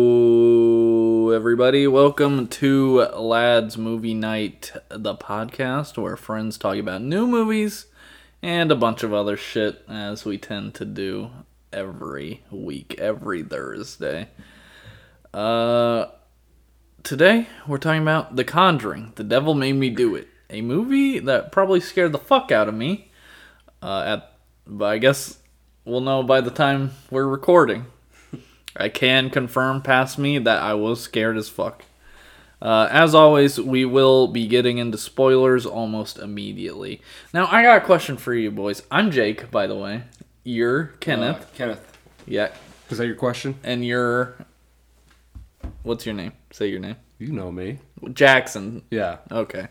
Hello, everybody. Welcome to Lads Movie Night, the podcast where friends talk about new movies and a bunch of other shit, as we tend to do every week, every Thursday. Uh, today, we're talking about The Conjuring The Devil Made Me Do It, a movie that probably scared the fuck out of me. Uh, at, but I guess we'll know by the time we're recording. I can confirm past me that I was scared as fuck. Uh, as always, we will be getting into spoilers almost immediately. Now, I got a question for you, boys. I'm Jake, by the way. You're Kenneth. Uh, Kenneth. yeah. Is that your question? And you're. What's your name? Say your name. You know me. Jackson. Yeah. Okay.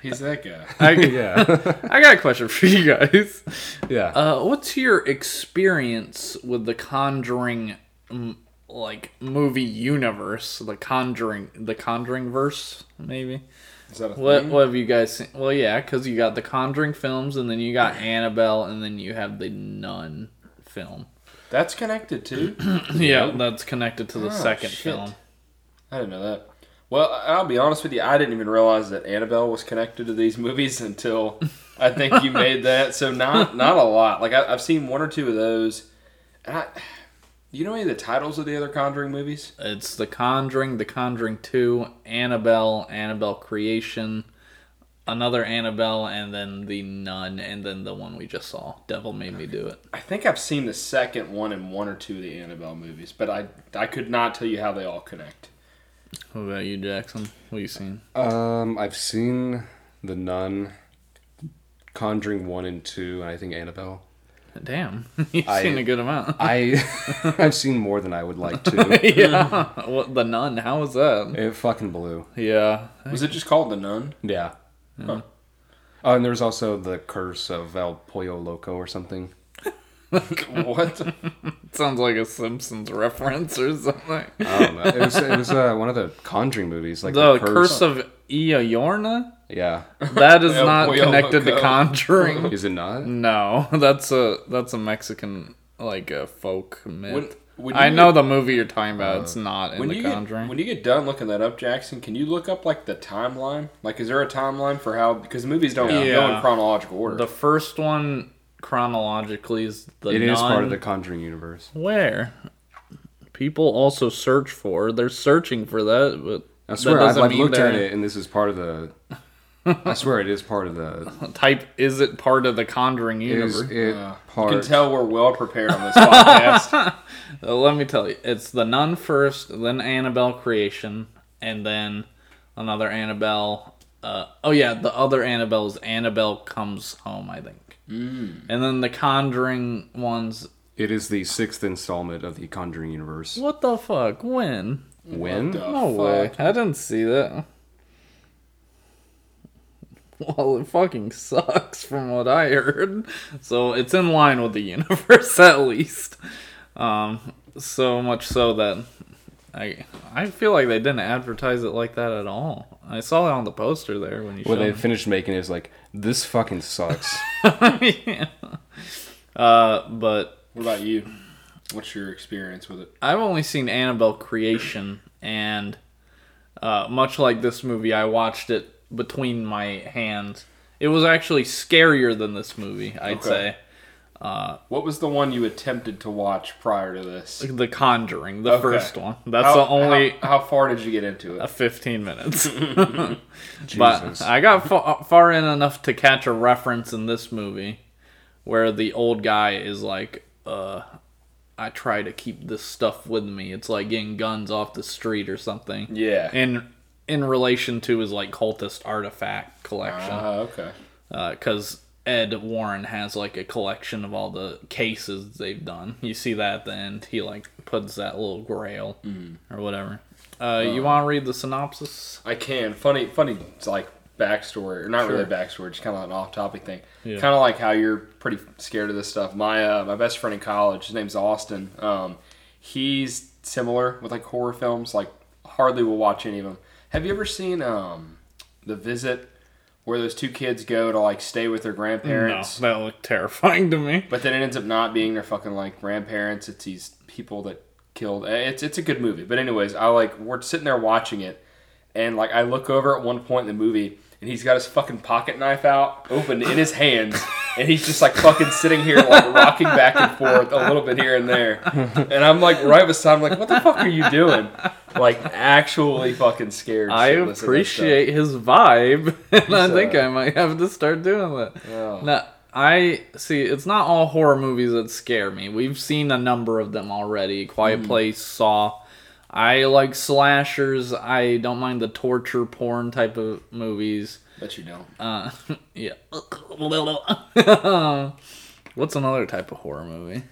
He's that guy. I, yeah. I got a question for you guys. yeah. Uh, what's your experience with the Conjuring, mm, like movie universe, the Conjuring, the Conjuring verse, maybe? Is that a What thing? What have you guys seen? Well, yeah, because you got the Conjuring films, and then you got Annabelle, and then you have the Nun film. That's connected too. yeah, that's connected to the Oh, second shit. film. I didn't know that. Well, I- I'll be honest with you. I didn't even realize that Annabelle was connected to these movies until I think you made that. So not not a lot. Like I, I've seen one or two of those. And I, you know any of the titles of the other Conjuring movies? It's the Conjuring, the Conjuring Two, Annabelle, Annabelle Creation, another Annabelle, and then the Nun, and then the one we just saw, Devil Made Me Do It. I think I've seen the second one and one or two of the Annabelle movies, but I I could not tell you how they all connect. What about you, Jackson? What you seen? Um, I've seen The Nun, Conjuring 1 and 2, and I think Annabelle. Damn, you've I- seen a good amount. I I've seen more than I would like to. yeah, what the Nun? How was that? It fucking blew. Yeah, Was it just called The Nun? Yeah. Huh. Oh, and there's also The Curse of El Pollo Loco or something. what? sounds like a Simpsons reference or something. I don't know. It was it was uh, one of the Conjuring movies, like Uh, the Curse of Eoyorna? Yeah. That is El not Pollo connected to Loco. Conjuring. Is it not? No, that's a that's a Mexican like a folk myth. When- when I you know get- the Uh, movie you're talking about. it's not in when the you Conjuring. Get, when you get done looking that up, Jackson, can you look up like the timeline? Like, is there a timeline for how? Because movies don't go Yeah. in chronological order. the first one chronologically is the. It is nun. part of the Conjuring universe. Where people also search for. They're searching for that, but I swear, that I've, doesn't I've mean looked at they're- it, and this is part of the. I swear, it is part of the. Type is it part of the Conjuring universe? Is it Uh, part? you can tell we're well prepared on this podcast. Uh, let me tell you, it's the Nun first, then Annabelle creation, and then another Annabelle. Uh, oh yeah, the other Annabelle is Annabelle comes home, I think. Mm. And then the Conjuring ones. It is the sixth installment of the Conjuring universe. What the fuck? When? When? What the No fuck? way! I didn't see that. Well, it fucking sucks from what I heard. So it's in line with the universe at least. Um, so much so that I I feel like they didn't advertise it like that at all. I saw it on the poster there when you When showed they it. finished making it, it's like this fucking sucks. yeah. Uh, but what about you? What's your experience with it? I've only seen Annabelle Creation, and uh, much like this movie, I watched it between my hands. It was actually scarier than this movie, I'd Okay. What was the one you attempted to watch prior to this? say. The Conjuring, the Okay. first one. That's How- the only How, how far did you get into uh, it? 15 minutes. Jesus. but I got fa- uh, far in enough to catch a reference in this movie where the old guy is like, uh, I try to keep this stuff with me. It's like getting guns off the street or something. Yeah. in in relation to his like cultist artifact collection Ah, okay. because ed warren has like a collection of all the cases they've done you see that at the end he like puts that little grail or whatever uh, you want to read the synopsis I can. Funny, funny, it's like backstory, or not really backstory, just kind of an off-topic thing. Yeah. Kind of like how you're pretty scared of this stuff. My uh, my best friend in college, his name's Austin. Um, he's similar with like horror films. Like hardly will watch any of them. Have you ever seen um, The Visit, where those two kids go to like stay with their grandparents? no that looked terrifying to me But then it ends up not being their fucking like grandparents. It's these people that killed. Uh, It's it's a good movie, but anyways, I like we're sitting there watching it, and like I look over at one point in the movie, and he's got his fucking pocket knife out, open in his hands, and he's just like fucking sitting here like rocking back and forth a little bit here and there, and I'm like right beside him, like what the fuck are you doing? Like actually fucking scared. I shitless of that stuff. appreciate his vibe, and I He's, think uh, I might have to start doing that. Yeah. No, I see. It's not all horror movies that scare me. We've seen a number of them already. Hmm. Quiet Place, Saw. I like slashers. I don't mind the torture porn type of movies. Bet you don't. Uh, yeah. What's another type of horror movie?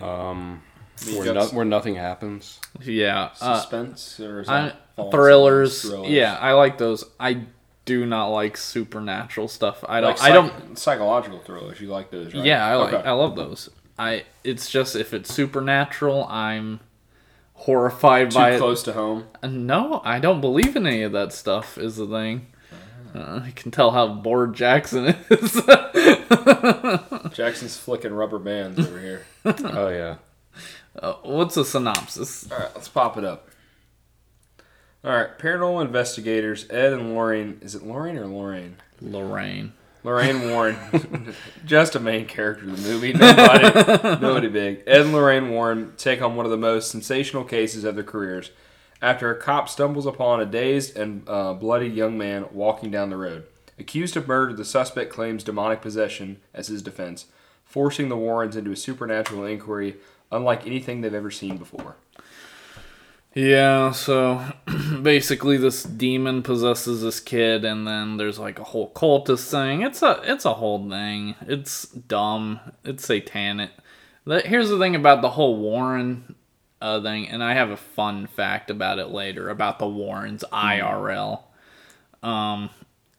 Um, You've where, got no, s- where nothing happens. Yeah. Uh, suspense or is I, that false thrillers, thrillers? Yeah, I like those. I do not like supernatural stuff. I don't. Like I don't. psych- psychological thrillers. You like those, right? Yeah, I like. Okay. I love those. I. It's just if it's supernatural, I'm horrified Too by close to home. it. Uh, No, I don't believe in any of that stuff. Is the thing. Ah. Uh, I can tell how bored Jackson is. Uh, Jackson's flicking rubber bands over here. Oh yeah. Uh, What's a synopsis? All right, let's pop it up. All right, paranormal investigators Ed and Lorraine. Is it Lorraine or Lorraine? Lorraine. Lorraine Warren, just a main character in the movie. Nobody, nobody big. Ed and Lorraine Warren take on one of the most sensational cases of their careers after a cop stumbles upon a dazed and uh, bloodied young man walking down the road. Accused of murder, the suspect claims demonic possession as his defense, forcing the Warrens into a supernatural inquiry unlike anything they've ever seen before. Yeah, so basically this demon possesses this kid and then there's like a whole cultist thing. It's a it's a whole thing. It's dumb. It's satanic. But Here's the thing about the whole Warren uh, thing, and I have a fun fact about it later about the Warrens IRL. Um,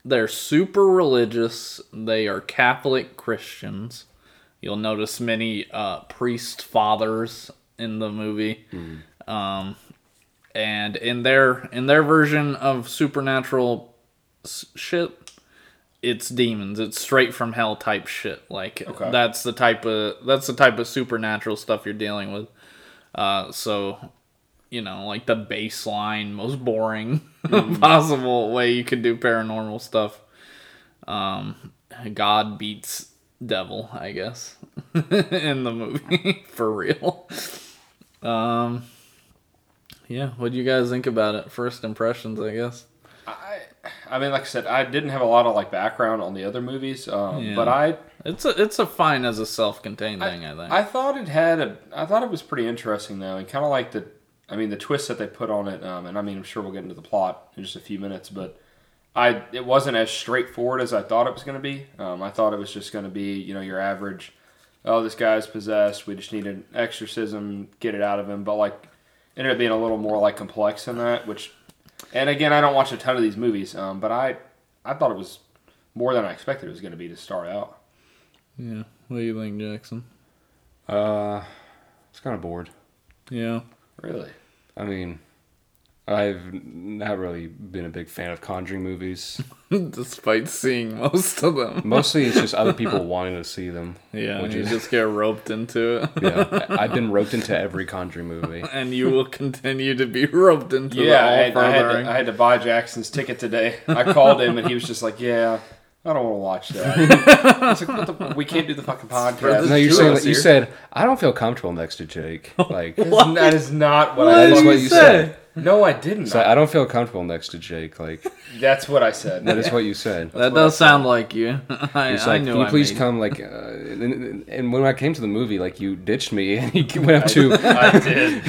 they're super religious. They are Catholic Christians. You'll notice many uh, priest fathers in the movie. Um, and in their in their version of supernatural s- shit, it's demons. It's straight from hell type shit. Like Okay. that's the type of that's the type of supernatural stuff you're dealing with. Uh, so you know, like the baseline, most boring possible way you could do paranormal stuff. Um, God beats devil, I guess, in the movie for real. Um, yeah, what do you guys think about it? First impressions, I guess. I, I mean, like I said, I didn't have a lot of like background on the other movies, um, Yeah. but I It's a it's a fine as a self-contained thing, I think. I thought it had a. I thought it was pretty interesting though, and kind of like the. I mean, the twist that they put on it, um, and I mean, I'm sure we'll get into the plot in just a few minutes, but I it wasn't as straightforward as I thought it was going to be. Um, I thought it was just going to be, you know, your average. Oh, this guy's possessed. We just need an exorcism, get it out of him. But like, it ended up being a little more like complex than that. Which, and again, I don't watch a ton of these movies, um, but I, I thought it was more than I expected it was going to be to start out. yeah. What do you think, Jackson? Uh, it's kind of bored. Yeah. Really. I mean, I've not really been a big fan of Conjuring movies. Despite seeing most of them. Mostly, it's just other people wanting to see them. Yeah, Which you is, just get roped into it. yeah. I've been roped into every Conjuring movie. and you will continue to be roped into Yeah, I the had, all I, had furthering. to, I had to buy Jackson's ticket today. I called him and he was just like, "Yeah, I don't want to watch that." I was like, what the, "We can't do the fucking podcast." No, you're Two saying of us that you here. said I don't feel comfortable next to Jake. Like That is- that is not what, I that is fucking what you said. No, I didn't. So uh, I don't feel comfortable next to Jake. Like That's what I said. that is what you said. that does sound like you. I, He's I like, knew can you I please made- come? Like, uh, and, and- and when I came to the movie, like you ditched me, and you went up to. I did.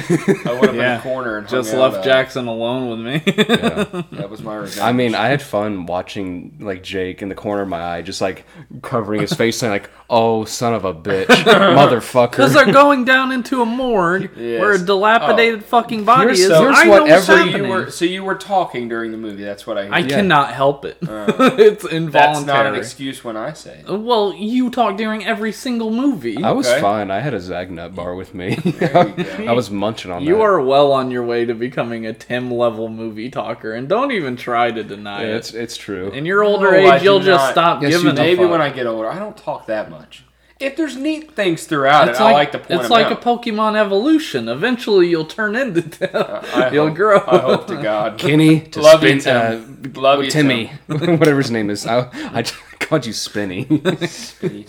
I went up in Yeah. the corner and hung Just out left about it. Jackson alone with me. Yeah. That was my revenge. I mean, I had fun watching like Jake in the corner of my eye, just like covering his face, saying like, "Oh, son of a bitch, Because motherfucker." they're going down into a morgue Yes. where a dilapidated fucking body Here's is. so- I know what's whatever so you happening. you were so you were talking during the movie. That's what I. Heard. I Yeah. cannot help it. it's involuntary. that's not an excuse when I say. it. Well, you talk during every single movie. I was Okay. fine. I had a Zagnut bar with me. There you go. I was munching on You that. are well on your way to becoming a Tim level movie talker, and don't even try to Yeah, deny it's it. it's true. In your older No, I age, do you'll just not. stop Yes, you giving do. a Maybe fuck. when I get older, I don't talk that much. If there's neat things throughout It's it, I like to point It's them like a out. Pokemon evolution. Eventually, you'll turn into them. I you'll hope- grow. I hope to God. Kenny to Love you, Spin- uh, uh, Tim. Love you, Timmy, whatever his name is. I, I called you Spinny.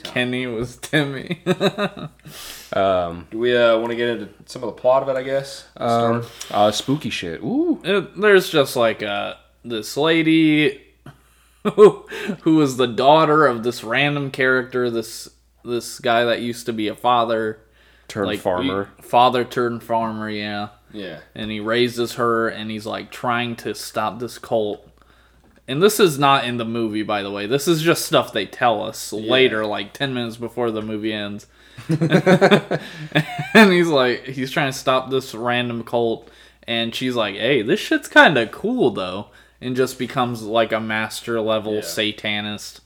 Kenny was Timmy. um, Do we uh, want to get into some of the plot of it? I guess. um, uh, spooky shit. Ooh, It- there's just like uh, this lady who who was the daughter of this random character. This this guy that used to be a father, turned like farmer. he- father turned farmer. Yeah. yeah. and he raises her and he's like trying to stop this cult and this is not in the movie by the way this is just stuff they tell us later like 10 minutes before the movie ends and he's like he's trying to stop this random cult and she's like hey this shit's kind of cool though and just becomes like a master level Yeah. satanist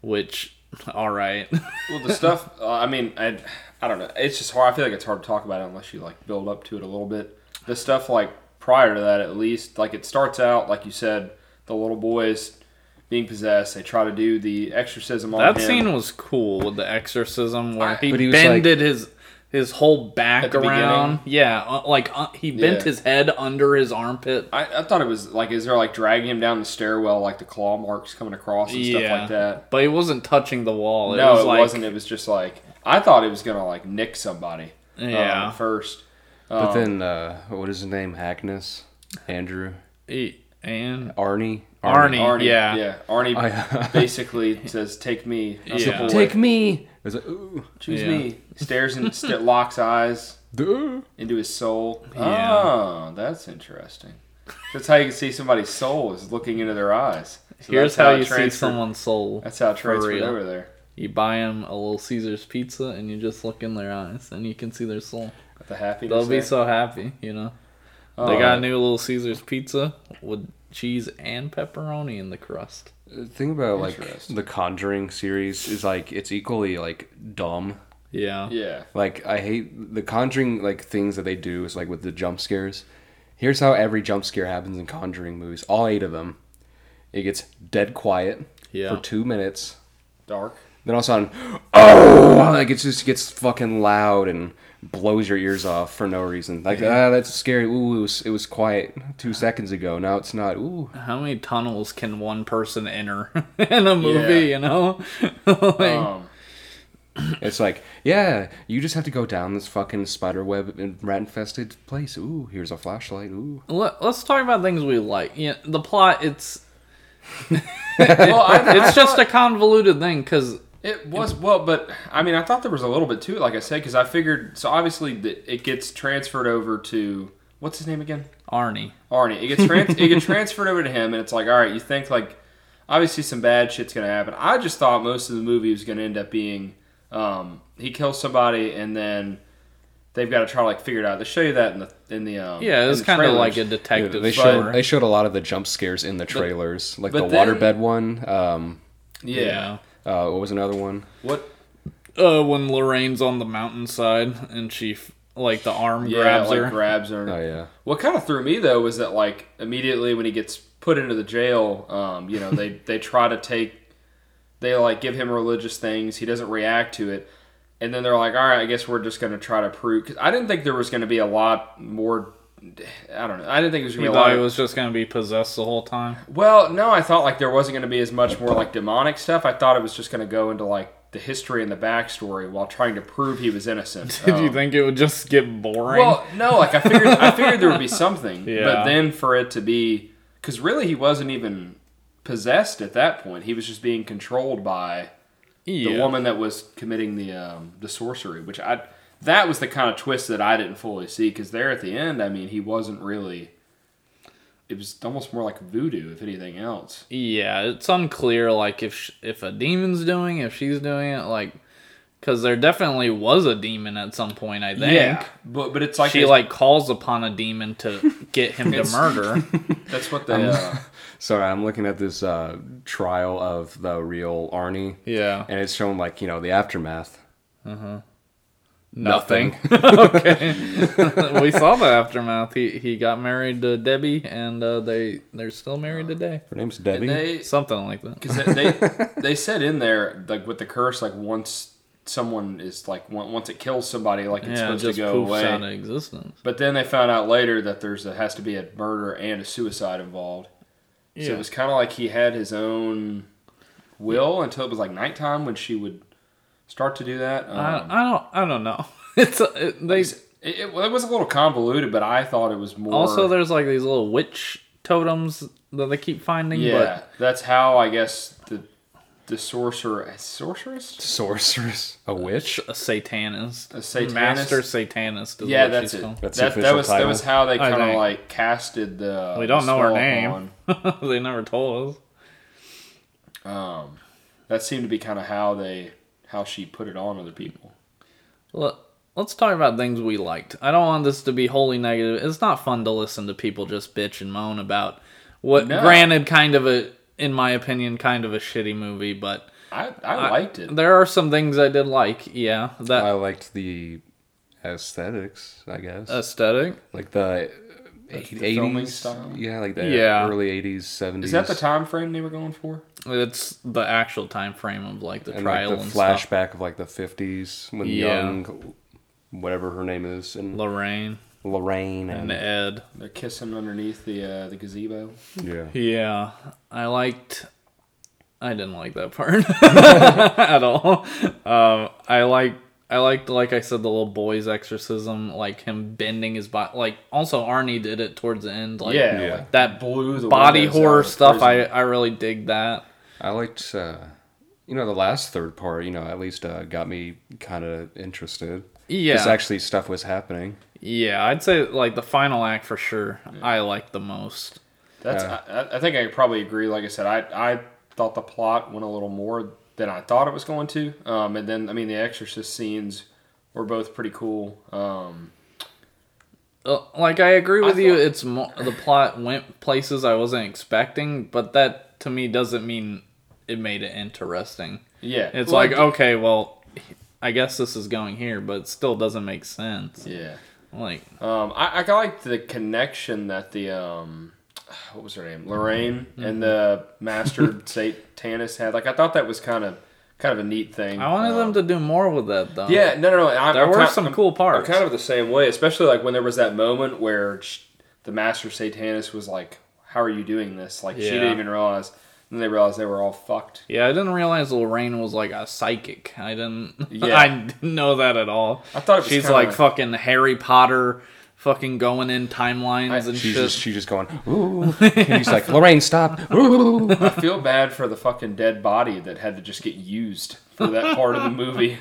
which all right Well, the stuff. Uh, I mean, I, I don't know. It's just hard. I feel like it's hard to talk about it unless you like build up to it a little bit. The stuff like prior to that, at least, like it starts out like you said, the little boys being possessed. They try to do the exorcism on that him scene was cool with the exorcism where I- he, But he was bended his his whole back At the around. Yeah, uh, like uh, he bent Yeah. his head under his armpit. I, I thought it was like, is there like dragging him down the stairwell, like the claw marks coming across and stuff like that? But he wasn't touching the wall. It no, was it like, wasn't. It was just like I thought it was gonna like nick somebody. um, Yeah. first. but then, uh, what is his name? Hackness, Andrew, He- and Arnie, Arnie. Arnie, Yeah. yeah, Arnie I- uh, basically says, "Take me, That's the Yeah. boy. Take me. It was like, ooh, choose Yeah. me." Stares and st- locks eyes duh. into his soul. Yeah. Oh, that's interesting. That's how you can see somebody's soul is looking into their eyes. So here's that's how it you see transfer- someone's soul. That's how it for transferred real. over there. You buy them a little Caesar's pizza and you just look in their eyes and you can see their soul. With The happiness. They'll be there. so happy, you know. They Oh. got a new little Caesar's pizza with cheese and pepperoni in the crust. The thing about like Interesting. the Conjuring series is like it's equally like dumb. Yeah. Yeah. Like I hate the Conjuring like things that they do is like with the jump scares. Here's how every jump scare happens in Conjuring movies, all eight of them. It gets dead quiet Yeah. for two minutes. Dark. Then all of a sudden, oh, like it just gets fucking loud and blows your ears off for no reason. Like ah, that's scary. Ooh, it was, it was quiet two Uh-huh. seconds ago. Now it's not. Ooh, How many tunnels can one person enter in a movie, Yeah. you know? Like, Um, It's like, yeah, you just have to go down this fucking spider web and rat infested place. Ooh, here's a flashlight. Ooh. let, us talk about things we like. Yeah, the plot it's well, I, it's just a convoluted thing cuz It was well, but I mean, I thought there was a little bit to it, like I said, because I figured. So obviously, th- it gets transferred over to what's his name again, Arnie. Arnie. It gets trans- it gets transferred over to him, and it's like, all right, you think like obviously some bad shit's gonna happen. I just thought most of the movie was gonna end up being um, he kills somebody, and then they've got to try to like figure it out. They show you that in the in the um, Yeah, in it's the kind of trailers. like a detective They story. showed they showed a lot of the jump scares in the trailers, like the but then- waterbed one. Um, yeah. yeah. uh, what was another one? What Uh when Lorraine's on the mountainside and she f- like the arm yeah, grabs like her. grabs her. Oh yeah, What kind of threw me though was that like immediately when he gets put into the jail, um, you know, they they try to take, they like give him religious things. He doesn't react to it, and then they're like, all right, I guess we're just gonna try to prove. Cause I didn't think there was gonna be a lot more. I don't know. I didn't think it was gonna you be a lot. thought he of- was just going to be possessed the whole time. well, no, I thought like there wasn't gonna be as much more like demonic stuff. I thought it was just gonna go into like the history and the backstory while trying to prove he was innocent. Did you Um, think it would just get boring? well, no, like I figured, I figured there would be something, Yeah. but then for it to be, because really he wasn't even possessed at that point. He was just being controlled by the yeah. woman that was committing the um, the sorcery, which I that was the kind of twist that I didn't fully see. Because there at the end, I mean, he wasn't really. It was almost more like voodoo, if anything else. Yeah, it's unclear like if sh- if a demon's doing, if she's doing it, like because there definitely was a demon at some point. I think but but it's like she they- like calls upon a demon to get him to It's- murder. that's what they. Uh, sorry, I'm looking at this uh, trial of the real Arnie, Yeah, and it's showing like you know the aftermath. nothing. okay, we saw the aftermath. He he got married to Debbie, and uh, they they're still married today. Her name's Debbie. they Something like that. Because they, they they said in there like with the curse like once someone is like on- once it kills somebody, like it's yeah, it supposed to just go poofs away. out of existence. But then they found out later that there's a, has to be a murder and a suicide involved. So it was kind of like he had his own will until it was like nighttime when she would start to do that. Um, I, I don't. I don't know. It's a- it, they it, it, well, it was a little convoluted, but I thought it was more. also there's like these little witch totems that they keep finding. yeah, that's how I guess the the sorcerer sorceress Sorceress, a witch. but a satanist, A satanist? master satanist. Is Yeah, what that's she's it. called. That's that, the that official was that title. was how they I kind of think. like casted the. We don't know her spell name. they never told us. upon. Um, that seemed to be kind of how they how she put it on other people. Let- Let's talk about things we liked. I don't want this to be wholly negative. It's not fun to listen to people just bitch and moan about what, No. granted, kind of a, in my opinion, kind of a shitty movie, but I I, liked it. there are some things I did like. Yeah, that I liked the aesthetics, I guess. Uh, aesthetic. like the the filming eighties style? Yeah, like the Yeah. early eighties, seventies. Is that the time frame they were going for? It's the actual time frame of like the and trial like the and stuff. flashback of like the fifties when Yeah. young, whatever her name is, and Lorraine Lorraine and and, Ed. They're kissing underneath the uh, the gazebo. yeah. Yeah, I liked. I didn't like that part at all. Um, I like. I liked, like I said, the little boy's exorcism, like him bending his body. Like also, Arnie did it towards the end. Like, yeah, yeah. like that blew the body windows out horror of the stuff. prison. I I really dig that. I liked, uh, you know, the last third part. You know, at least uh, got me kind of interested. 'Cause Yeah, actually stuff was happening. yeah. I'd say like the final act for sure. I like the most. That's. Yeah. I, I- I think I probably agree. Like I said, I I thought the plot went a little more than I thought it was going to. Um, and then I mean, the Exorcist scenes were both pretty cool. Um, Uh, like I agree with I you. thought- It's mo- the plot went places I wasn't expecting, but that to me doesn't mean it made it interesting. yeah, It's Well, like oh, okay, well, I guess this is going here, but it still doesn't make sense. yeah. Like Um, I I like the connection that the um, what was her name, Lorraine Mm-hmm. and the Master Satanist had. Like I thought that was kind of kind of a neat thing. I wanted um, them to do more with that though. Yeah, no, no, no. I'm, There I'm were kind- some I'm- cool I'm parts. kind of the same way, especially like when there was that moment where sh the master satanist was like, "How are you doing this?" Like she Yeah. didn't even realize. And then they realized they were all fucked. Yeah, I didn't realize Lorraine was like a psychic. I didn't. Yeah. I didn't know that at all. I thought it was she's kinda- like fucking Harry Potter, fucking going in timelines I- and She's shit. just, she's just going. Ooh. And he's like, Lorraine, stop. Ooh. I feel bad for the fucking dead body that had to just get used for that part of the movie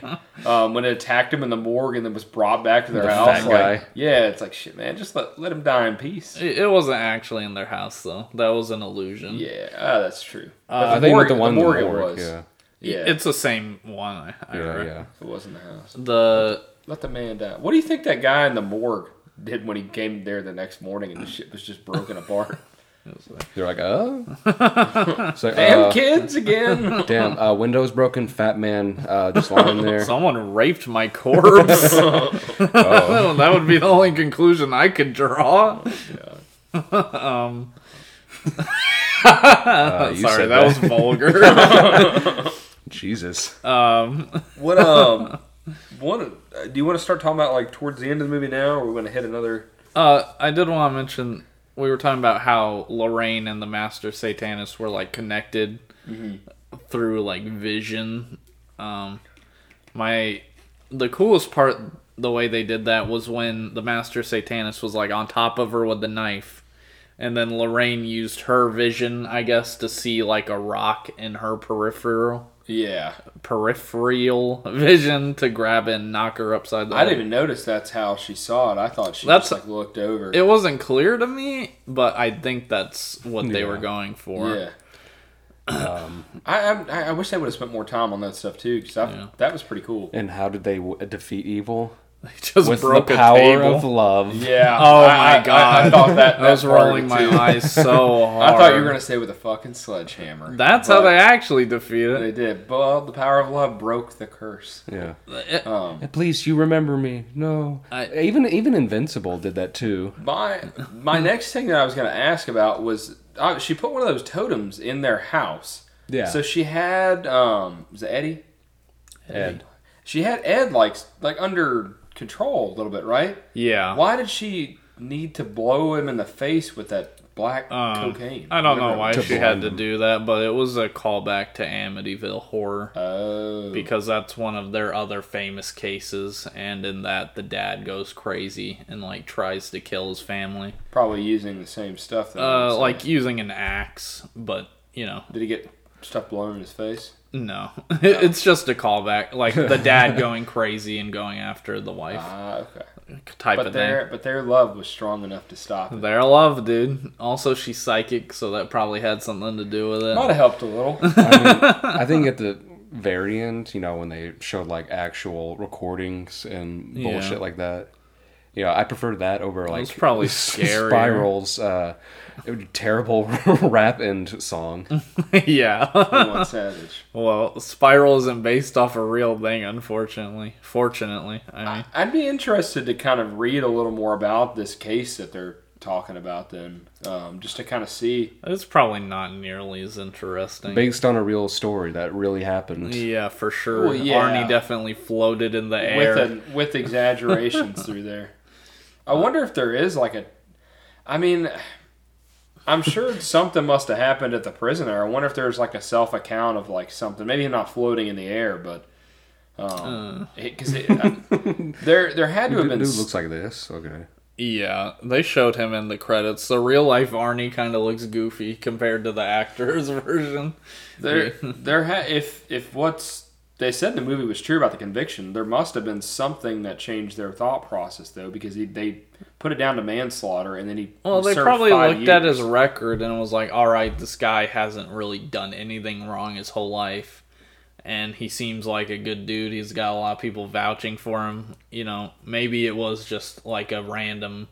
um, when it attacked him in the morgue and then was brought back to their The house. fat like, guy. yeah, it's like shit, man. Just let let him die in peace. It, it wasn't actually in their house though. That was an illusion. Yeah, ah, that's true. But Uh, I think morgue- with the one morgue it morgue, was. Yeah, yeah, It's the same one. I, I yeah, read. yeah. it was in the house. The Let the man die. What do you think that guy in the morgue did when he came there the next morning and the shit was just broken apart? Uh, They're like, oh. it's like, Damn uh, kids again. Damn, uh, windows broken, fat man uh, just lying there. someone raped my corpse. that would be the only conclusion I could draw. um, Uh, you sorry, said that was vulgar. Jesus. um, what um one uh, do you want to start talking about like towards the end of the movie now or we're gonna hit another uh, I did want to mention we were talking about how Lorraine and the Master Satanist were like connected Mm-hmm. through like vision. Um, my the coolest part the way they did that was when the master satanist was like on top of her with the knife and then lorraine used her vision i guess to see like a rock in her peripheral Yeah. peripheral vision to grab and knock her upside the I head. didn't even notice that's how she saw it. I thought she That's- just like looked over. it wasn't clear to me but i think that's what they Yeah. were going for yeah. Um, I, I I wish they would have spent more time on that stuff too because Yeah. that was pretty cool. And how did they w- defeat evil? they just With broke the a power table of love. Yeah. oh I- I- my I- god I, thought that, i was that part of rolling it, my too. eyes so hard I thought you were gonna say with a fucking sledgehammer. that's how but- they actually defeat it They did. Well, the power of love broke the curse. Yeah. It- Um, Please, you remember me. No. I- even even Invincible did that too. my my next thing that I was going to ask about was uh, she put one of those totems in their house. Yeah. So she had um, was it Eddie? Ed. She had Ed like like under control a little bit, right? Yeah. Why did she need to blow him in the face with that black Uh, cocaine? I don't know Whatever it why To was. she blend had to them. do that, but it was a callback to Amityville Horror Oh, because that's one of their other famous cases, and in that the dad goes crazy and like tries to kill his family, probably using the same stuff. Then, uh, so- like using an axe, but you know, did he get stuff blown in his face? no, it's just a callback, like the dad going crazy and going after the wife Ah, okay. type But of thing. their but their love was strong enough to stop. It. Their love, dude. Also, she's psychic, so that probably had something to do with it. Might have helped a little. I, mean, I think at the very end, you know, when they showed like actual recordings and Yeah. bullshit like that, you know, I preferred that over like was probably scarier. Spiral's uh, terrible rap end song. Mm-hmm. yeah. One savage. Well, Spiral isn't based off a real thing, unfortunately. Fortunately, I mean, I'd be interested to kind of read a little more about this case that they're talking about, then, um, just to kind of see. it's probably not nearly as interesting. Based on a real story that really happened. yeah, for sure. Well, Oh, yeah. Arnie definitely floated in the air. with an, with exaggerations through there. I wonder if there is like a. I mean, I'm sure something must have happened at the prison there. I wonder if there's like a self account of like something. Maybe not floating in the air, but um, because it, 'cause it- there there had to have Dude, been dude s- looks like this. Okay. yeah, they showed him in the credits. The real life Arnie kind of looks goofy compared to the actor's version. There, there. Ha- if if what's they said in the movie was true about the conviction, there must have been something that changed their thought process, though, because he, they put it down to manslaughter, and then he Well, they served probably five looked at years. his record and was like, all right, this guy hasn't really done anything wrong his whole life. And he seems like a good dude. He's got a lot of people vouching for him. You know, maybe it was just like a random.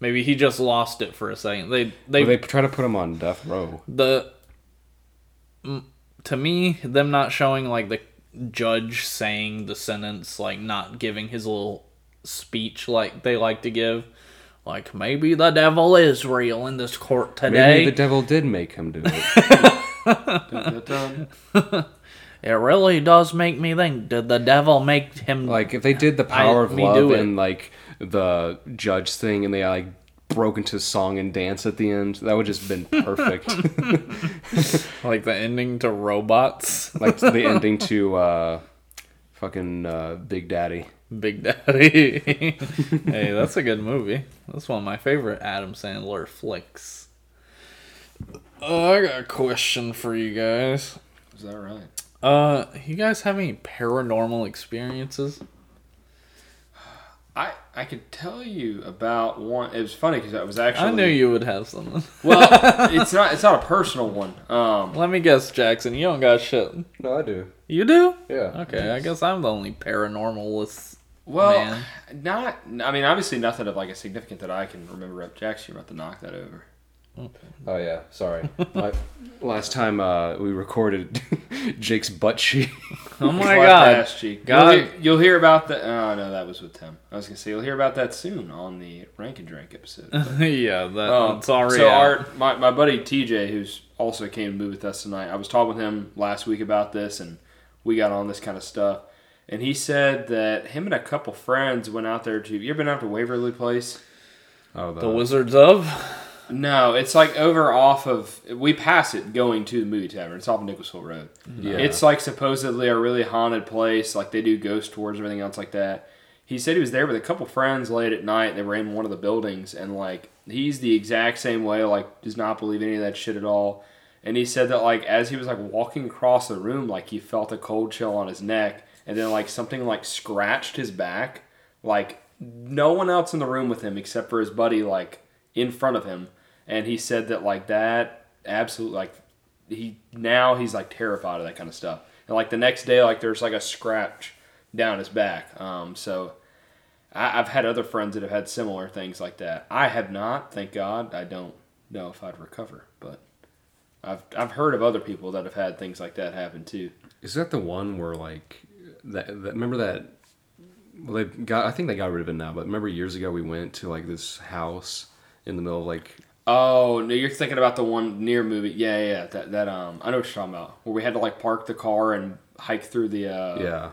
Maybe he just lost it for a second. They, they, Well, they try to put him on death row. the. m- To me, them not showing like the judge saying the sentence, like not giving his little speech like they like to give. Like maybe the devil is real in this court today. Maybe the devil did make him do it. Dun-dun-dun. It really does make me think. Did the devil make him? like if they did the power of me love do it. and like the judge thing, and they like broke into song and dance at the end, that would just been perfect. like the ending to robots, like the ending to uh, fucking uh, Big Daddy. Big Daddy. hey, that's a good movie. That's one of my favorite Adam Sandler flicks. Oh, I got a question for you guys. Is that right? Uh, you guys have any paranormal experiences? I I could tell you about one. It was funny because I was actually. I knew you would have something. Well, it's not it's not a personal one. Um, Let me guess, Jackson. You don't got shit. No, I do. You do? Yeah. Okay, I guess I'm the only paranormalist. well, Man. not. I mean, obviously nothing of like a significant that I can remember. Up, Jackson, you're about to knock that over. Oh yeah. Sorry. last time uh, we recorded Jake's butt cheek. Oh my Flat god. ass cheek. God. You'll, hear, you'll hear about that. Oh no, that was with Tim. I was gonna say you'll hear about that soon on the Rank and Drink episode. yeah, that, Oh, uh, Um, that's already. So out. our my, my buddy TJ, who's also came to move with us tonight, I was talking with him last week about this, and we got on this kind of stuff. And he said that him and a couple friends went out there to. You ever been out to Waverly Place? Oh, The Wizards of? No, it's like over off of. We pass it going to the movie tavern. It's off of Nicholsville Road. Yeah. It's like supposedly a really haunted place. Like they do ghost tours and everything else like that. He said he was there with a couple friends late at night. They were in one of the buildings and like he's the exact same way. Like does not believe any of that shit at all. And he said that like as he was like walking across the room, like he felt a cold chill on his neck, and then like something like scratched his back. Like no one else in the room with him except for his buddy. Like in front of him and he said that like that absolute like he now he's like terrified of that kind of stuff and like the next day like there's like a scratch down his back um so I, i've had other friends that have had similar things like that i have not thank god i don't know if i'd recover but i've i've heard of other people that have had things like that happen too Is that the one where like that? that remember that? Well, they got. I think they got rid of it now. But remember years ago we went to like this house in the middle of like. Oh, no, you're thinking about the one near movie. Yeah, yeah, yeah, Oh. that that um, I know what you're talking about. Where we had to like park the car and hike through the uh, yeah.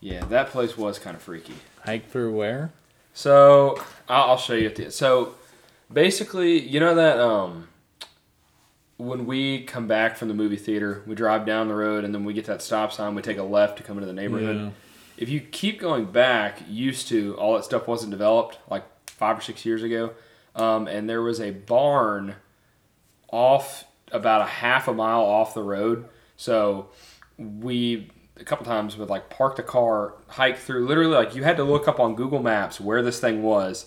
Yeah, that place was kind of freaky. Hike through where? So I'll, I'll show you. At the, so basically, you know that um, when we come back from the movie theater, we drive down the road and then we get that stop sign. We take a left to come into the neighborhood. Yeah. If you keep going back, used to all that stuff wasn't developed like five or six years ago, um, and there was a barn off about a half a mile off the road. So we a couple times would like park the car, hike through. Literally, like you had to look up on Google Maps where this thing was,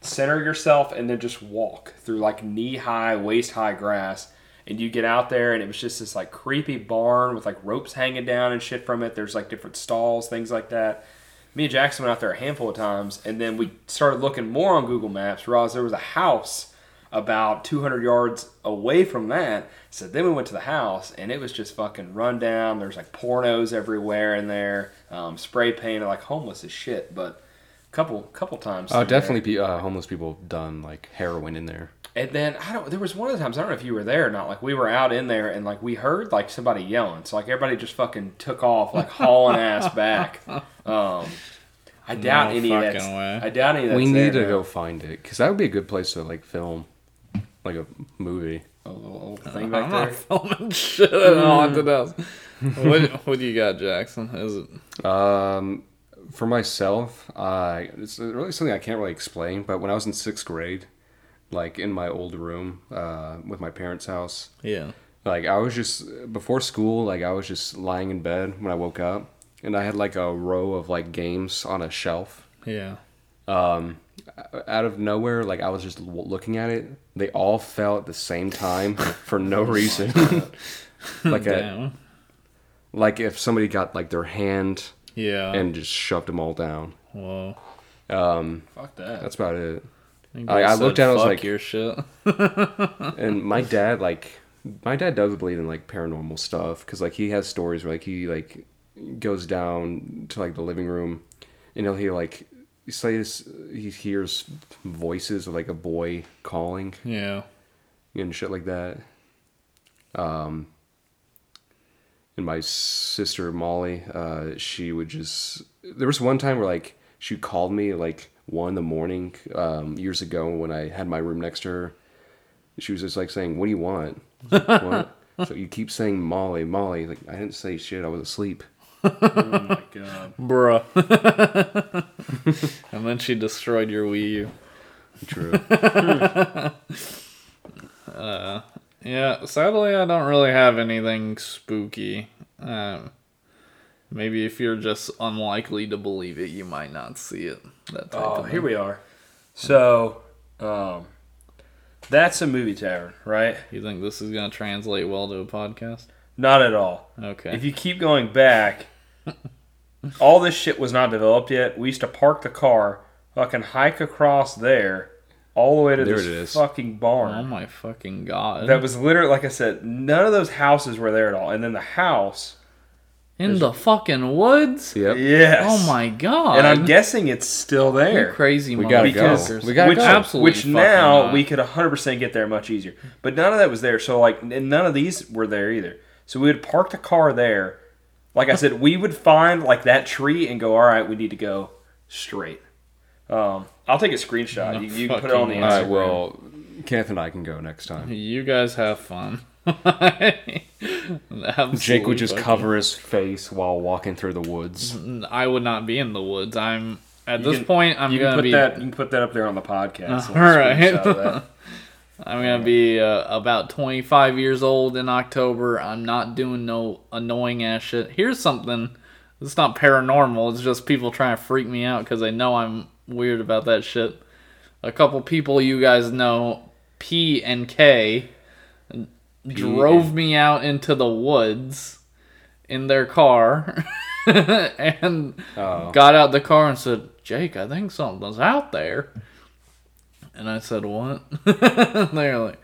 center yourself, and then just walk through like knee high, waist high grass. And you get out there, and it was just this like creepy barn with like ropes hanging down and shit from it. There's like different stalls, things like that. Me and Jackson went out there a handful of times, and then we started looking more on Google Maps. Realized there was a house about 200 yards away from that. So then we went to the house, and it was just fucking run down. There's like pornos everywhere in there, um, spray painted, like homeless as shit. But couple couple times. Oh, through there. definitely pe- uh, homeless people have done like heroin in there. And then I don't. There was one of the times I don't know if you were there or not. Like we were out in there, and like we heard like somebody yelling. So like everybody just fucking took off, like hauling ass back. Um, I doubt any of that. fucking way. I doubt any of that. we need to go find it because that would be a good place to like film, like a movie. A little, old thing I'm back not there. filming shit at Mm. all after this. what what do you got, Jackson? Is it Um, for myself, uh, it's really something I can't really explain. But when I was in sixth grade, like in my old room uh, with my parents' house, yeah. like I was just before school, like I was just lying in bed when I woke up, and I had like a row of like games on a shelf Yeah. um, out of nowhere, like I was just l- looking at it, they all fell at the same time for no reason. like a, Damn. like if somebody got like their hand Yeah. and just shoved them all down. Whoa. Fuck that. That's about it. think I- they I looked said, at it, I was "Fuck like- your shit. And my dad, like, my dad does believe in like paranormal stuff because like he has stories where like he like goes down to like the living room, and he'll hear like say this, he hears voices of like a boy calling. Yeah. and shit like that. Um, and my sister Molly, uh, she would just. There was one time where like she called me like one in the morning um, years ago when I had my room next to her. She was just like saying, "What do you want?" I was like, what? so you keep saying Molly, Molly. Like I didn't say shit. I was asleep. Oh my god. Bruh. and then she destroyed your Wii U. True. Yeah, sadly, I don't really have anything spooky. Um, maybe if you're just unlikely to believe it, you might not see it. That type Oh, of here thing. we are. So, um, that's a movie tavern, right? You think this is gonna translate well to a podcast? Not at all. Okay. If you keep going back, all this shit was not developed yet. We used to park the car, fucking hike across there, all the way to There this it is. fucking oh barn. my fucking god! That was literally, like I said, none of those houses were there at all. And then the house, In the fucking woods. yep. yes. Oh my god! And I'm guessing it's still You there. crazy We gotta go. motherfuckers. We gotta which, go. Absolutely Which fucking now not. we could 100% get there much easier. But none of that was there. So, like, and none of these were there either. So, we would park the car there. Like I said, we would find, like, that tree and go, all right, we need to go straight. Um, I'll take a screenshot. No you you can put it on the fucking Instagram. way. All right. Well, Kenneth and I can go next time. You guys have fun. Jake would just Absolutely cover his face while walking through the woods. fucking- I would not be in the woods. I'm at You this can- point. I'm you can gonna put be. that. You can put that up there on the Uh, podcast. All right. Screenshot of that. I'm gonna be uh, about 25 years old in October. I'm not doing no annoying ass shit. Here's something. It's not paranormal. It's just people trying to freak me out because they know I'm weird about that shit. A couple people you guys know, P and K, drove me out into the woods in their car and Oh. got out the car and said, Jake, I think something's out there. And I said, What? they were like,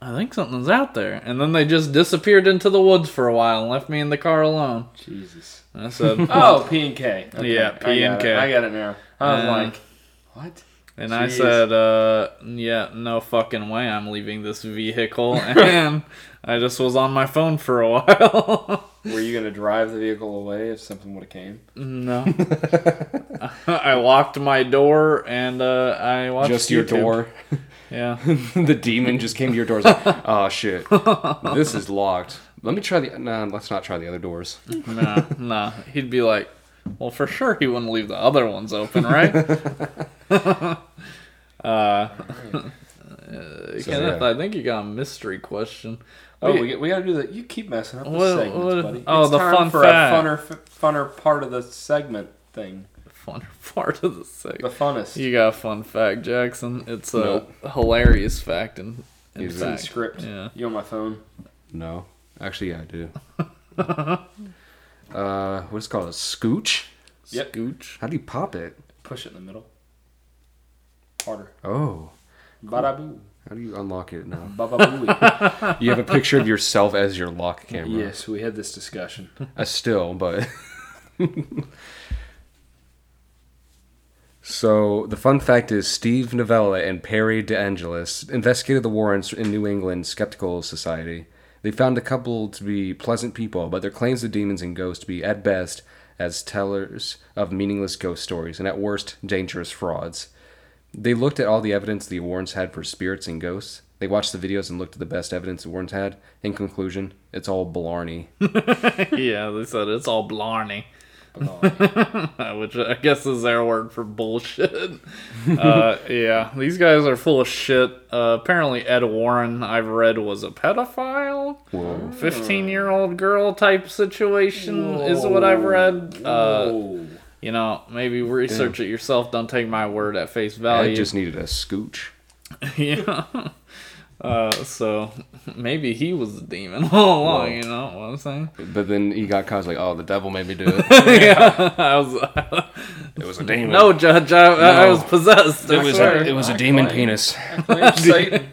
I think something's out there. And then they just disappeared into the woods for a while and left me in the car alone. Jesus. And I said, Oh, P and K. Yeah, P and K. I got it now. I was Uh, like, what? And I Jeez. said, uh, yeah, no fucking way I'm leaving this vehicle. And I just was on my phone for a while. Were you gonna drive the vehicle away if something would have came? No. I locked my door and uh, I watched Just your YouTube. door. Yeah. the demon just came to your door. It's Like, oh shit, this is locked. Let me try the. Nah, let's not try the other doors. Nah, nah. He'd be like, well, for sure he wouldn't leave the other ones open, right? uh, Kenneth, yeah. I think you got a mystery question. Oh, we, we gotta do that. You keep messing up the What- segments, what- buddy. oh, the fun for fact. a funner, f- funner part of the segment thing. Fun part of the segment. The funnest. You got a fun fact, Jackson. It's a hilarious fact. In, in Is it fact. script. Yeah. You on my phone? No, actually, yeah, I do. uh, what's it called a scooch? Yep. Scooch. How do you pop it? Push it in the middle. Harder. Oh, Bada boo. how do you unlock it now? Baba You have a picture of yourself as your lock boo. camera. yes, we had this discussion. I still, but. so the fun fact is Steve Novella and Perry DeAngelis investigated the warrants in New England Skeptical Society. They found a couple to be pleasant people, but their claims of demons and ghosts to be at best as tellers of meaningless ghost stories and at worst dangerous frauds. They looked at all the evidence the Warrens had for spirits and ghosts. They watched the videos and looked at the best evidence the Warrens had. In conclusion, it's all blarney. yeah, they said it's all blarney. which I guess is their word for bullshit. uh, yeah, these guys are full of shit. Uh, apparently, Ed Warren, I've read, was a pedophile. Whoa. 15 year old girl type situation is what I've read. Uh, oh. you know, maybe research it yourself. Don't take my word at face I value. just needed a scooch. yeah. Uh, so maybe he was the demon all along, you know what I'm saying? But then he got caught. he's like, oh, the devil made me do it. I was it was a demon. no judge. I, I was possessed. I it was swear. a, it was a demon penis. Claim Satan.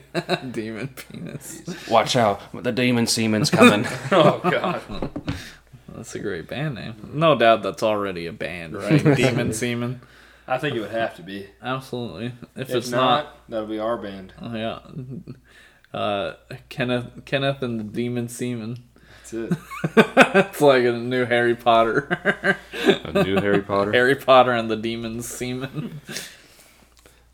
demon penis. Watch out, the demon semen's coming. Oh God. That's a great band name. No doubt that's already a band, right? Demon Semen. I think it would have to be. Absolutely. If, If it's not, not, that'll be our band. oh, yeah. Uh, Kenneth, Kenneth and the Demon Semen. That's it. It's like a new Harry Potter. a new Harry Potter. Harry Potter and the Demon Semen.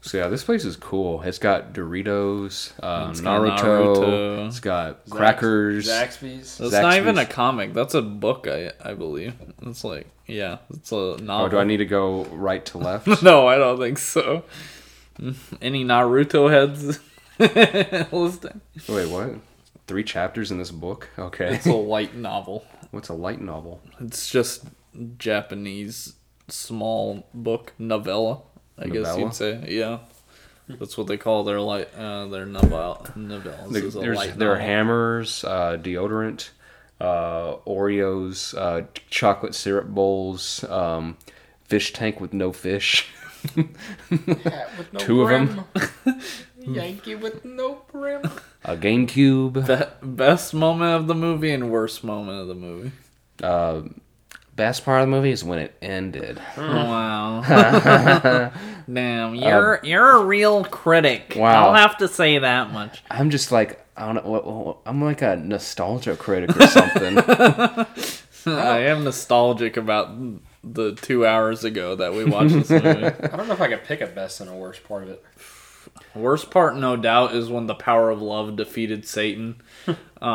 So yeah, this place is cool. It's got Doritos, um, It's got Naruto, Naruto. It's got crackers. Zaxby's. That's not even a Zaxby's. comic. That's a book, I I believe. It's like yeah, it's a novel. Oh, do I need to go right to left? No, I don't think so. Any Naruto heads listening? Wait, what? Three chapters in this book? Okay. It's a light novel. What's a light novel? It's just Japanese small book novella, I guess Novella? you'd say. Yeah, that's what they call their light uh, their novel novellas. There, is a there's- light there are novel. hammers, uh, deodorant, uh, Oreos, uh, chocolate syrup bowls, um, fish tank with no fish. Two of 'em. of them. Yankee with no brim. a GameCube, Be- best moment of the movie and worst moment of the movie. best part of the movie is when it ended. Wow. Damn, you're you're a real critic. Um, Wow. I'll have to say that much. I'm just like, I don't know, what- what- I'm like a nostalgia critic or something. I am nostalgic about the two hours ago that we watched this movie. I don't know if I could pick a best and a worst part of it. Worst part, no doubt, is when the power of love defeated Satan. Satan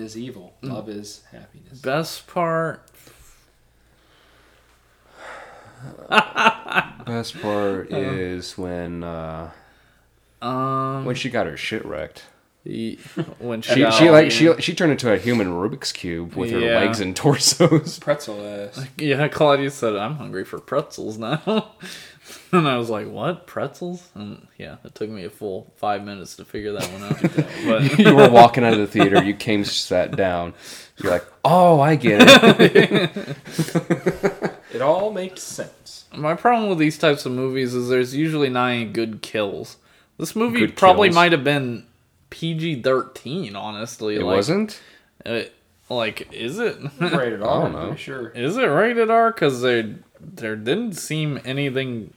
is evil. Mm. Love is happiness. Best part, best part Uh-huh. is when uh, um, when she got her shit wrecked. y- when She, Shao- she like she she turned into a human Rubik's cube with her Yeah. legs and torsos. Pretzel ass. yeah, Claudia said, "I'm hungry for pretzels now," and I was like, "What pretzels?" And yeah, it took me a full five minutes to figure that one out. you were walking out of the theater. You came, sat down. You're like, oh, I get it. It all makes sense. But my problem with these types of movies is there's usually not any good kills. This movie Good probably kills? might have been PG-13. Honestly, It like, wasn't. uh, like, is it? Rated R, know. I'm pretty sure. Is it rated R? Because there there didn't seem anything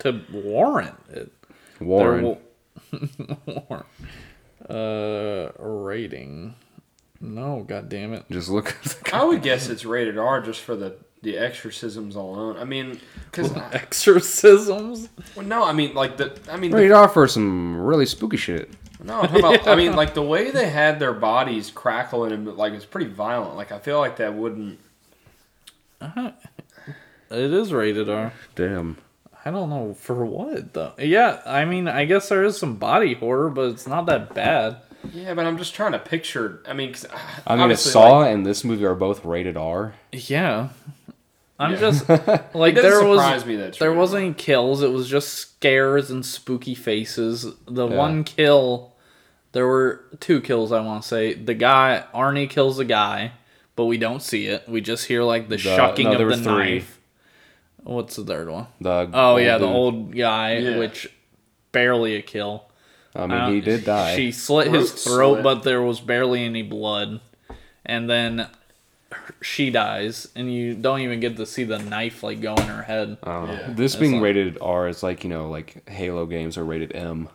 to warrant it. There Warren. wa- Warren. Uh, rating. No, god damn it. Just look at the I would guess it's rated R just for the the exorcisms alone. I mean, because Exorcisms. well, no, I mean like the I mean the- Rated R for some really spooky shit. no, I'm talking about, I mean like the way they had their bodies crackling and like it's pretty violent. Like I feel like that wouldn't. It is rated R. Damn. I don't know for what though. Yeah, I mean, I guess there is some body horror, but it's not that bad. Yeah, but I'm just trying to picture. I mean, 'cause, I mean, obviously, Saw like, and this movie are both rated R. Yeah. I'm Yeah. just it like doesn't there surprise was me that there wasn't any kills. It was just scares and spooky faces. The Yeah. one kill, there were two kills. I want to say the guy Arnie kills a guy, but we don't see it. We just hear like the, shucking no, of there the were three. knife. What's the third one? The Oh yeah, the dude. old guy, Yeah. which barely a kill. I I mean, he don't- did die. She slit his Throat throat, slit. but there was barely any blood. And then she dies, and you don't even get to see the knife like go in her head. I don't know. Yeah. Uh, this being rated R is like you know, like Halo games are rated M.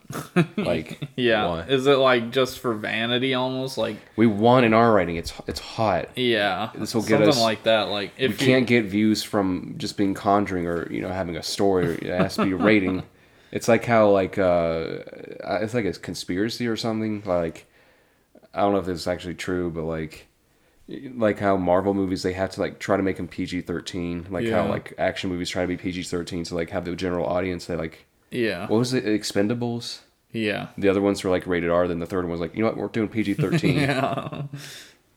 like yeah, why? is it like just for vanity almost? Like we want an R rating. It's it's hot. yeah, This will get something us- like that. Like if We you can't get views from just being conjuring or you know having a story. It has to be a rating. It's like how like uh, it's like a conspiracy or something. Like I don't know if this is actually true, but like like how Marvel movies they have to like try to make them PG thirteen. Like how Yeah. like action movies try to be PG thirteen to like have the general audience. They like yeah what was it? Expendables. yeah The other ones were like rated R. Then the third one was like you know what we're doing PG thirteen. yeah. yeah.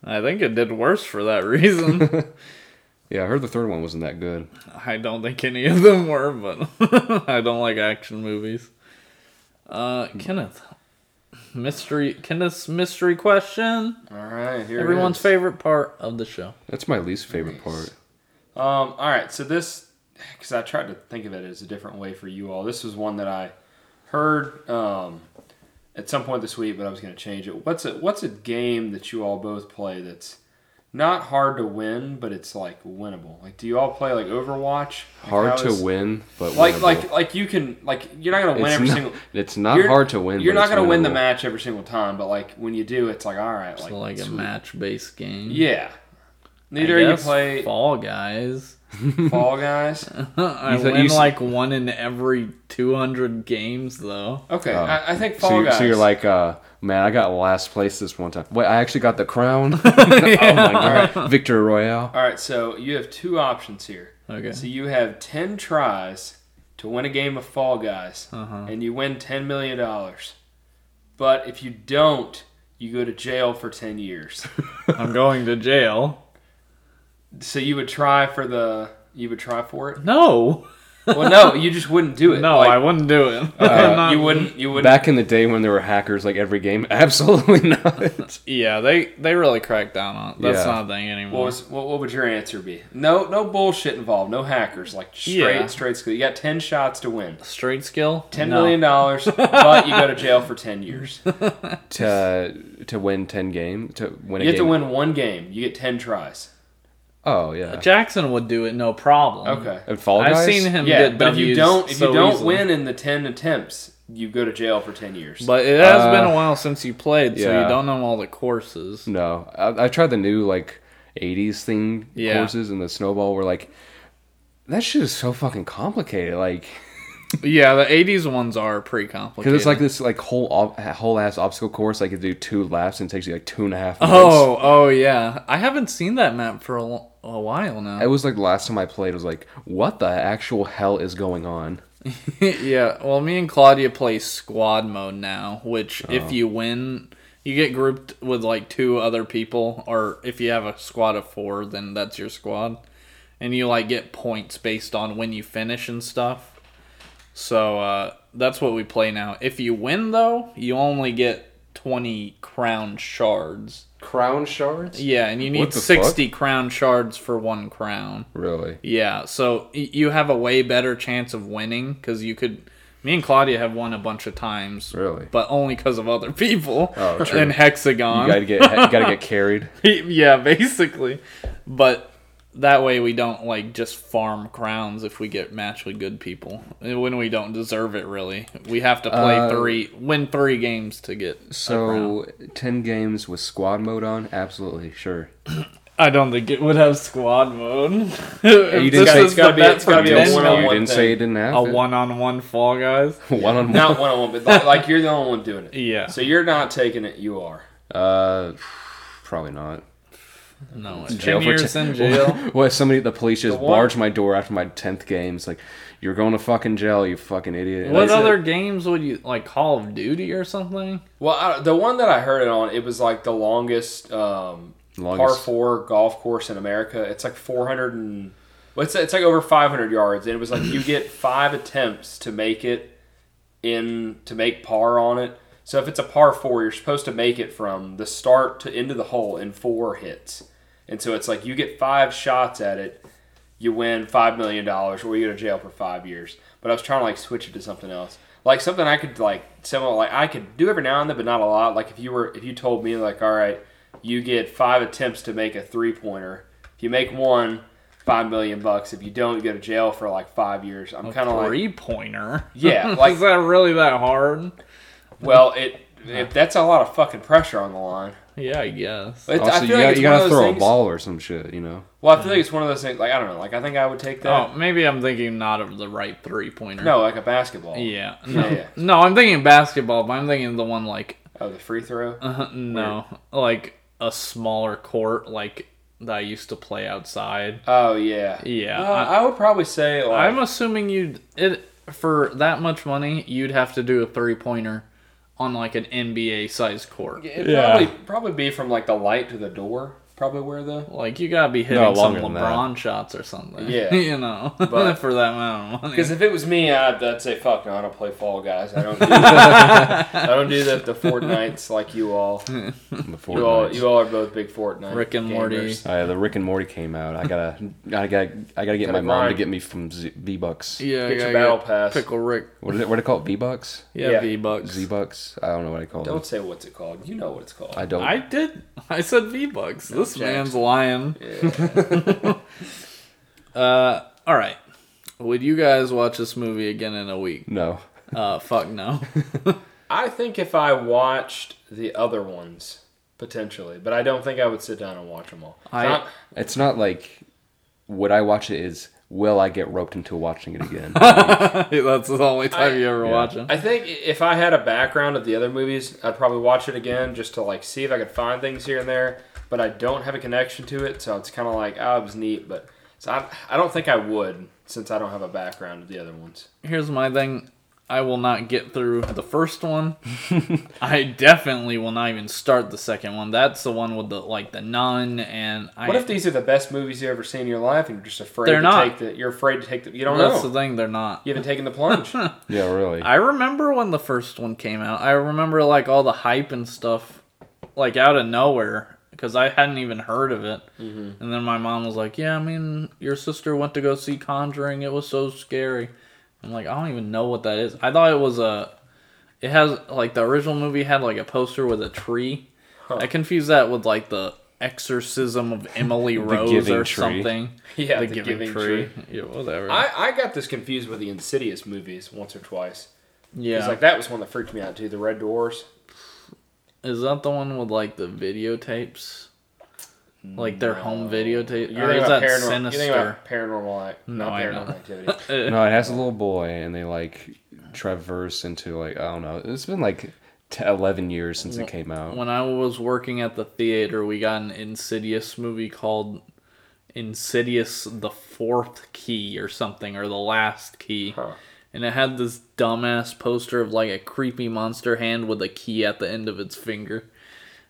I think it did worse for that reason. I heard the third one wasn't that good. I don't think any of them were, but I don't like action movies. Uh, Hmm. Kenneth, mystery Kenneth's mystery question. All right, here it Everyone's is. favorite part of the show. That's my least favorite part. Um, all right, so this, because I tried to think of it as a different way for you all. This was one that I heard um, at some point this week, but I was going to change it. What's a What's a game that you all both play that's not hard to win, but it's like winnable? Like, do you all play like Overwatch? Like, Hard how to is- win, but Like, winnable. like, like you can like you're not going to win it's every not, single. It's not you're- hard to win. You're but not it's going to win the winnable. match every single time, but like when you do, it's like all right, like, So like a sweet. match based game. Yeah. I Neither of you guess play Fall Guys. Fall Guys. I You thought- win you s- like one in every two hundred games though. Okay, Oh. I, I think So Fall you're, Guys. so you're like, uh, man, I got last place this one time. Wait, I actually got the crown. Oh my god, Victor Royale. All right, so you have two options here. Okay. So you have 10 tries to win a game of Fall Guys, Uh-huh. and you win $10 million. But if you don't, you go to jail for 10 years. I'm going to jail. so you would try for the. You would try for it? No. Well, no, you just wouldn't do it. No, I Like, wouldn't do it. uh, I'm not- you wouldn't. You wouldn't. Back in the day when there were hackers, like every game, absolutely not. yeah, they they really cracked down on it. That's Yeah. not a thing anymore. What, was, what, what would your answer be? No, no bullshit involved. No hackers. Like straight, Yeah. straight skill. You got ten shots to win. Straight skill? Ten No. million dollars, but you go to jail for ten years. to to win ten game to win. a You have to game. win one game. You get ten tries. Oh yeah. Jackson would do it no problem. Okay. And Fall I've Guys. seen him Yeah, Mm-hmm. get but if you Ws don't, if so you don't easily. win in the ten attempts, you go to jail for ten years. But it has Uh, been a while since you played, so yeah. you don't know all the courses. No, I, I tried the new like '80s thing Yeah. courses and the snowball. were like, that shit is so fucking complicated. Like, Yeah, the '80s ones are pretty complicated. because it's like this like whole ob- whole ass obstacle course. Like, you do two laps and it takes you like two and a half. Minutes. oh, oh yeah. I haven't seen that map for a, lo- a while It now. was like the last time I played. It was like, what the actual hell is going on? yeah. Well, me and Claudia play squad mode now, which if you win, you get grouped with like two other people, or if you have a squad of four, then that's your squad, and you like get points based on when you finish and stuff. So uh, that's what we play now. If you win, though, you only get twenty crown shards. Crown shards. Yeah, and you need the 60 crown shards for one crown. Really? Yeah, so y- you have a way better chance of winning because you could. Me and Claudia have won a bunch of times. Really? But only because of other people. Oh, true. And Hexagon. You gotta get you gotta get carried. yeah, basically. But that way we don't like just farm crowns if we get matched with good people eh, when we don't deserve it really we have to play Uh, three win three games to get a crown. So ten games with squad mode on, absolutely sure. i don't think it would have squad mode you you didn't say- It's gotta be- it's gotta be a You didn't- one-on-one you didn't thing. say you didn't have a it. one-on-one fall guys One on one. Not one on one, but like, like you're the only one doing it. Yeah. So you're not taking it. You are. Uh, probably not. no Jail 10 for years ten- in jail What if somebody, the police, just The one- barged my door after my tenth game? It's like, you're going to fucking jail, you fucking idiot. what That's it. other games would you like call of duty or something Well, I, the one that I heard it on, it was like the longest, um, Longest. par four golf course in America. It's like 400 and well, it's, it's like over 500 yards, and it was like you get five attempts to make it in to make par on it. So if it's a par four, you're supposed to make it from the start to into the hole in four hits, and so it's like you get five shots at it, you win five million dollars, or you go to jail for five years. But I was trying to like switch it to something else, like something I could like similar, like I could do every now and then, but not a lot. Like if you were, if you told me like, all right, you get five attempts to make a three pointer. If you make one, five million bucks. If you don't, you go to jail for like five years. I'm kind of like, three-pointer yeah, like is that really that hard well, it, it that's a lot of fucking pressure on the line. yeah i guess It's, uh, Also, I Oh, you, feel like gotta, it's you one of gotta those throw a things- ball or some shit, you know? Well, I feel like it's one of those things. Like I don't know. Like I think I would take that. oh maybe i'm thinking not of the right three-pointer No, like a basketball. yeah Yeah, no. yeah. no i'm thinking basketball but i'm thinking the one like Oh, the free throw. Uh, no, like a smaller court, like that I used to play outside. Oh yeah. Yeah, Uh, I- I, would probably say like I'm assuming you'd it for that much money, you'd have to do a three pointer on like an NBA size court. it'd Yeah. Mm. probably probably be from like the light to the door. Probably where the Like you gotta be hitting No, some longer than that. LeBron shots or something. Yeah. you know, But- for that amount of Because money. if it was me, I'd, I'd say fuck no. I don't play Fall Guys. I don't. Do, I don't do the, the Fortnites like you all. Before You all you all are both big Fortnite. Rick and Morty. gamers. uh, the Rick and Morty came out. I gotta, I gotta, I gotta get Gotta my mom to grind. get me from Z- V Bucks. Yeah, Get yeah, your battle yeah. pass. Pickle Rick. What do they, what do they call it? V Bucks? Yeah, Yeah. V bucks. Z Bucks? I don't know what I call them. Don't say what's it called. You know what it's called. I don't. I did. I said V bucks. this Jax. man's lying. Yeah. Uh, all right. Would you guys watch this movie again in a week? no. Uh, fuck no. I think if I watched the other ones potentially, but I don't think I would sit down and watch them all. I- Not- It's not like would I watch it is will I get roped into watching it again? That's the only time I- you ever yeah. watch it. I think if I had a background of the other movies, I'd probably watch it again just to like see if I could find things here and there. But I don't have a connection to it, so it's kind of like oh, it was neat, but so I, I don't think I would since I don't have a background of the other ones. Here's my thing. I will not get through the first one. I definitely will not even start the second one. That's the one with the like the nun and I. What if these are the best movies you've ever seen in your life, and you're just afraid They're to not. take the you're afraid to take the you don't That's know the thing. They're not. you haven't taken the plunge. yeah, really. I remember when the first one came out. I remember like all the hype and stuff, like out of nowhere, because I hadn't even heard of it. And then my mom was like, "Yeah, I mean, your sister went to go see Conjuring. It was so scary." I'm like, I don't even know what that is. I thought it was a. It has like the original movie had like a poster with a tree. I confused that with like the Exorcism of Emily Rose Giving or Tree. something. yeah, the, Giving, Tree. Yeah, whatever. I, I got this confused with the Insidious movies once or twice. yeah. It's like that was one that freaked me out too. The Red Doors. Is that the one with like the videotapes? Like their home videotape? You're Or thinking is about that paranormal. You're thinking sinister? about paranormal, act, No, not I paranormal know. activity. no, it has a little boy and they like traverse into like I don't know. It's been like t- 11 years since it came out. When I was working at the theater, we got an Insidious movie called Insidious the Fourth Key or something, or The Last Key. Huh. And it had this dumbass poster of like a creepy monster hand with a key at the end of its finger.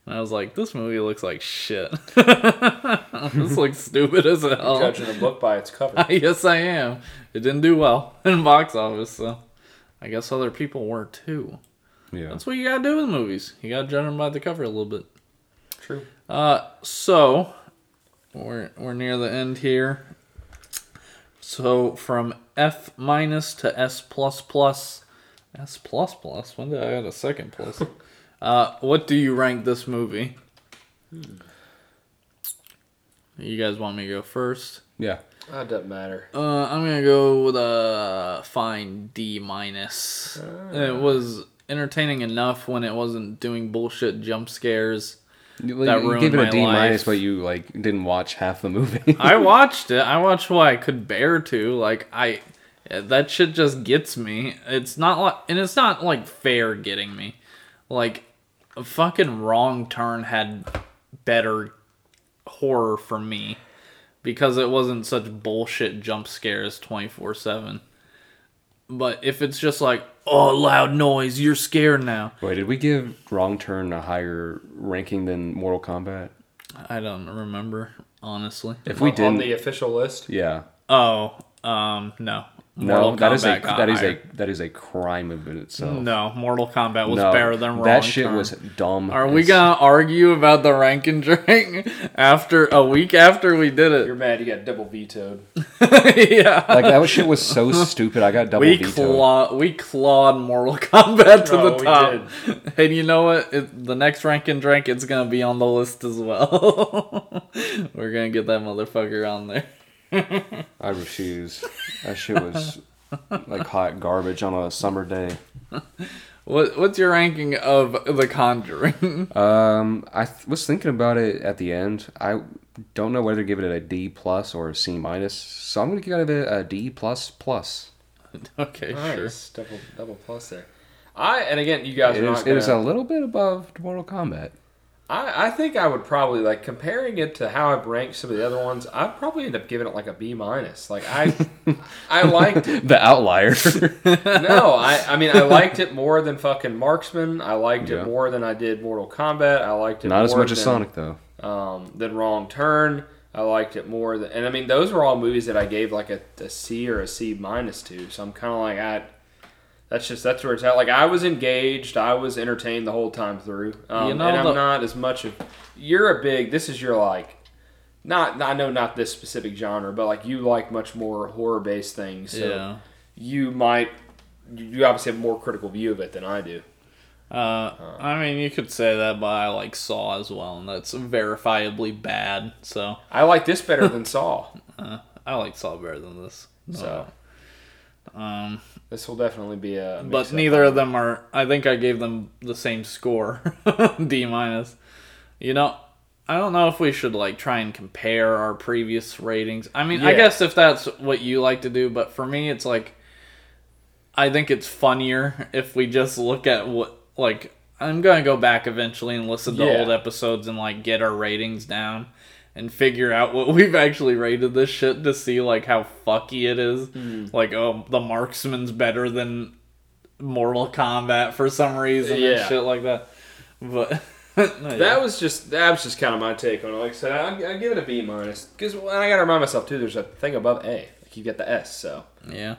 And I was like, this movie looks like shit. this looks stupid as hell. Judging a book by its cover. yes, I am. It didn't do well in box office, so I guess other people were too. Yeah. That's what you gotta do with movies. You gotta judge them by the cover a little bit. True. Uh, so we're we're near the end here. So from F minus to S plus plus, S plus plus. When did I add a second plus? uh, what do you rank this movie? You guys want me to go first? Yeah. Oh, it doesn't matter. Uh, I'm gonna go with a fine D minus. It was entertaining enough when it wasn't doing bullshit jump scares. You, That you ruined gave it my a D minus, life. but you like didn't watch half the movie. I watched it. I watched what I could bear to. Like I, that shit just gets me. It's not like, and it's not like fair getting me. Like a fucking wrong turn had better horror for me because it wasn't such bullshit jump scares twenty four seven. But if it's just like oh loud noise, you're scared now. Wait, did we give Wrong Turn a higher ranking than Mortal Kombat? I don't remember honestly. If we On- on didn't, the official list. yeah, Oh, um, no. no, Mortal that is a Kombat got that is higher. a that is a crime of itself. No, Mortal Kombat was No, better than Wrong that shit Turn. was dumb. Are we as- gonna argue about the rank and drink after a week after we did You're mad you got double vetoed. it? yeah, like that shit was so stupid? I got double we vetoed. claw we clawed Mortal Kombat to No, the we top, and you know what? It, the next rank and drink it's gonna be on the list as well. We're gonna get that motherfucker on there. I refuse. That shit was like hot garbage on a summer day. What what's your ranking of The Conjuring? Um, I th- was thinking about it at the end. I don't know whether to give it a D plus or a C minus, so I'm gonna give it a D plus plus. okay, sure. Nice. Double, double plus there. I and again, you guys It are is, not it gonna, is a little bit above Mortal Kombat. I, I think I would probably like comparing it to how I've ranked some of the other ones. I'd probably end up giving it like a B minus. Like I, I liked it. The outlier. No, I, I mean I liked it more than fucking Marksman. I liked Yeah. it more than I did Mortal Kombat. I liked it Not as more much as than- Sonic though. um, than Wrong Turn. I liked it more than, and I mean those were all movies that I gave like a, a C or a C minus to. So I'm kind of like I. That's just that's where it's at. Like I was engaged, I was entertained the whole time through. Um, You know, and I'm the- not as much of. You're a big. This is your like. Not I know not this specific genre, but like you like much more horror based things. So Yeah. You might. You you obviously have a more critical view of it than I do. Uh, I mean, you could say that, but I like Saw as well, and that's verifiably bad. So I like this better than Saw. I like Saw better than this. Uh, So. Oh. um, This will definitely be a. but mix-up. neither of them are. I think I gave them the same score, D minus. You know, I don't know if we should like try and compare our previous ratings. I mean, I Yeah. guess if that's what you like to do, but for me, it's like I think it's funnier if we just look at what like I'm gonna go back eventually and listen to Yeah. old episodes and like get our ratings down and figure out what we've actually rated this shit to see like how fucky it is. Hmm. Like oh the marksman's better than Mortal Kombat for some reason and Yeah. shit like that. But no, yeah. That was just that was just kind of my take on it. Like I said, I, I give it a B minus because I gotta remind myself too. There's a thing above A. Like you get the S. So yeah.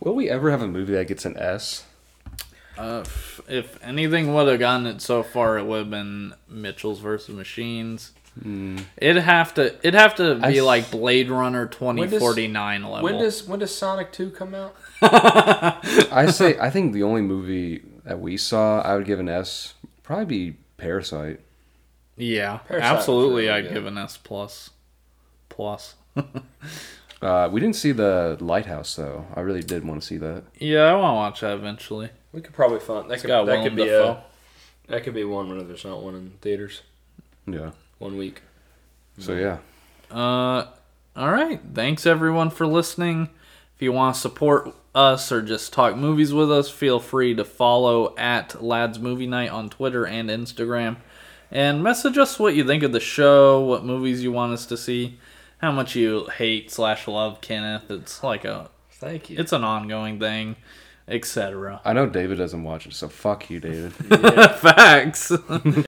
Will we ever have a movie that gets an S? Uh, if- if anything would have gotten it so far, it would have been Mitchell's versus Machines. Hmm. It'd have to. It'd have to be I s- like Blade Runner twenty forty nine level. when does when does Sonic Two come out? I say I think the only movie that we saw I would give an S probably be Parasite. yeah, Parasite was absolutely. really I'd good. give an S plus. Plus. Uh, we didn't see the Lighthouse though. I really did want to see that. Yeah, I want to watch that eventually. We could probably find that could, got that could Willem be Dafoe. a, that could be one whenever there's not one in theaters Yeah. one week. So Mm-hmm. yeah. Uh, all right. Thanks everyone for listening. If you want to support us or just talk movies with us, feel free to follow at Lads Movie Night on Twitter and Instagram, and message us what you think of the show, what movies you want us to see, how much you hate slash love Kenneth. It's like a Thank you. it's an ongoing thing, etc. I know David doesn't watch it, so fuck you, David. Facts.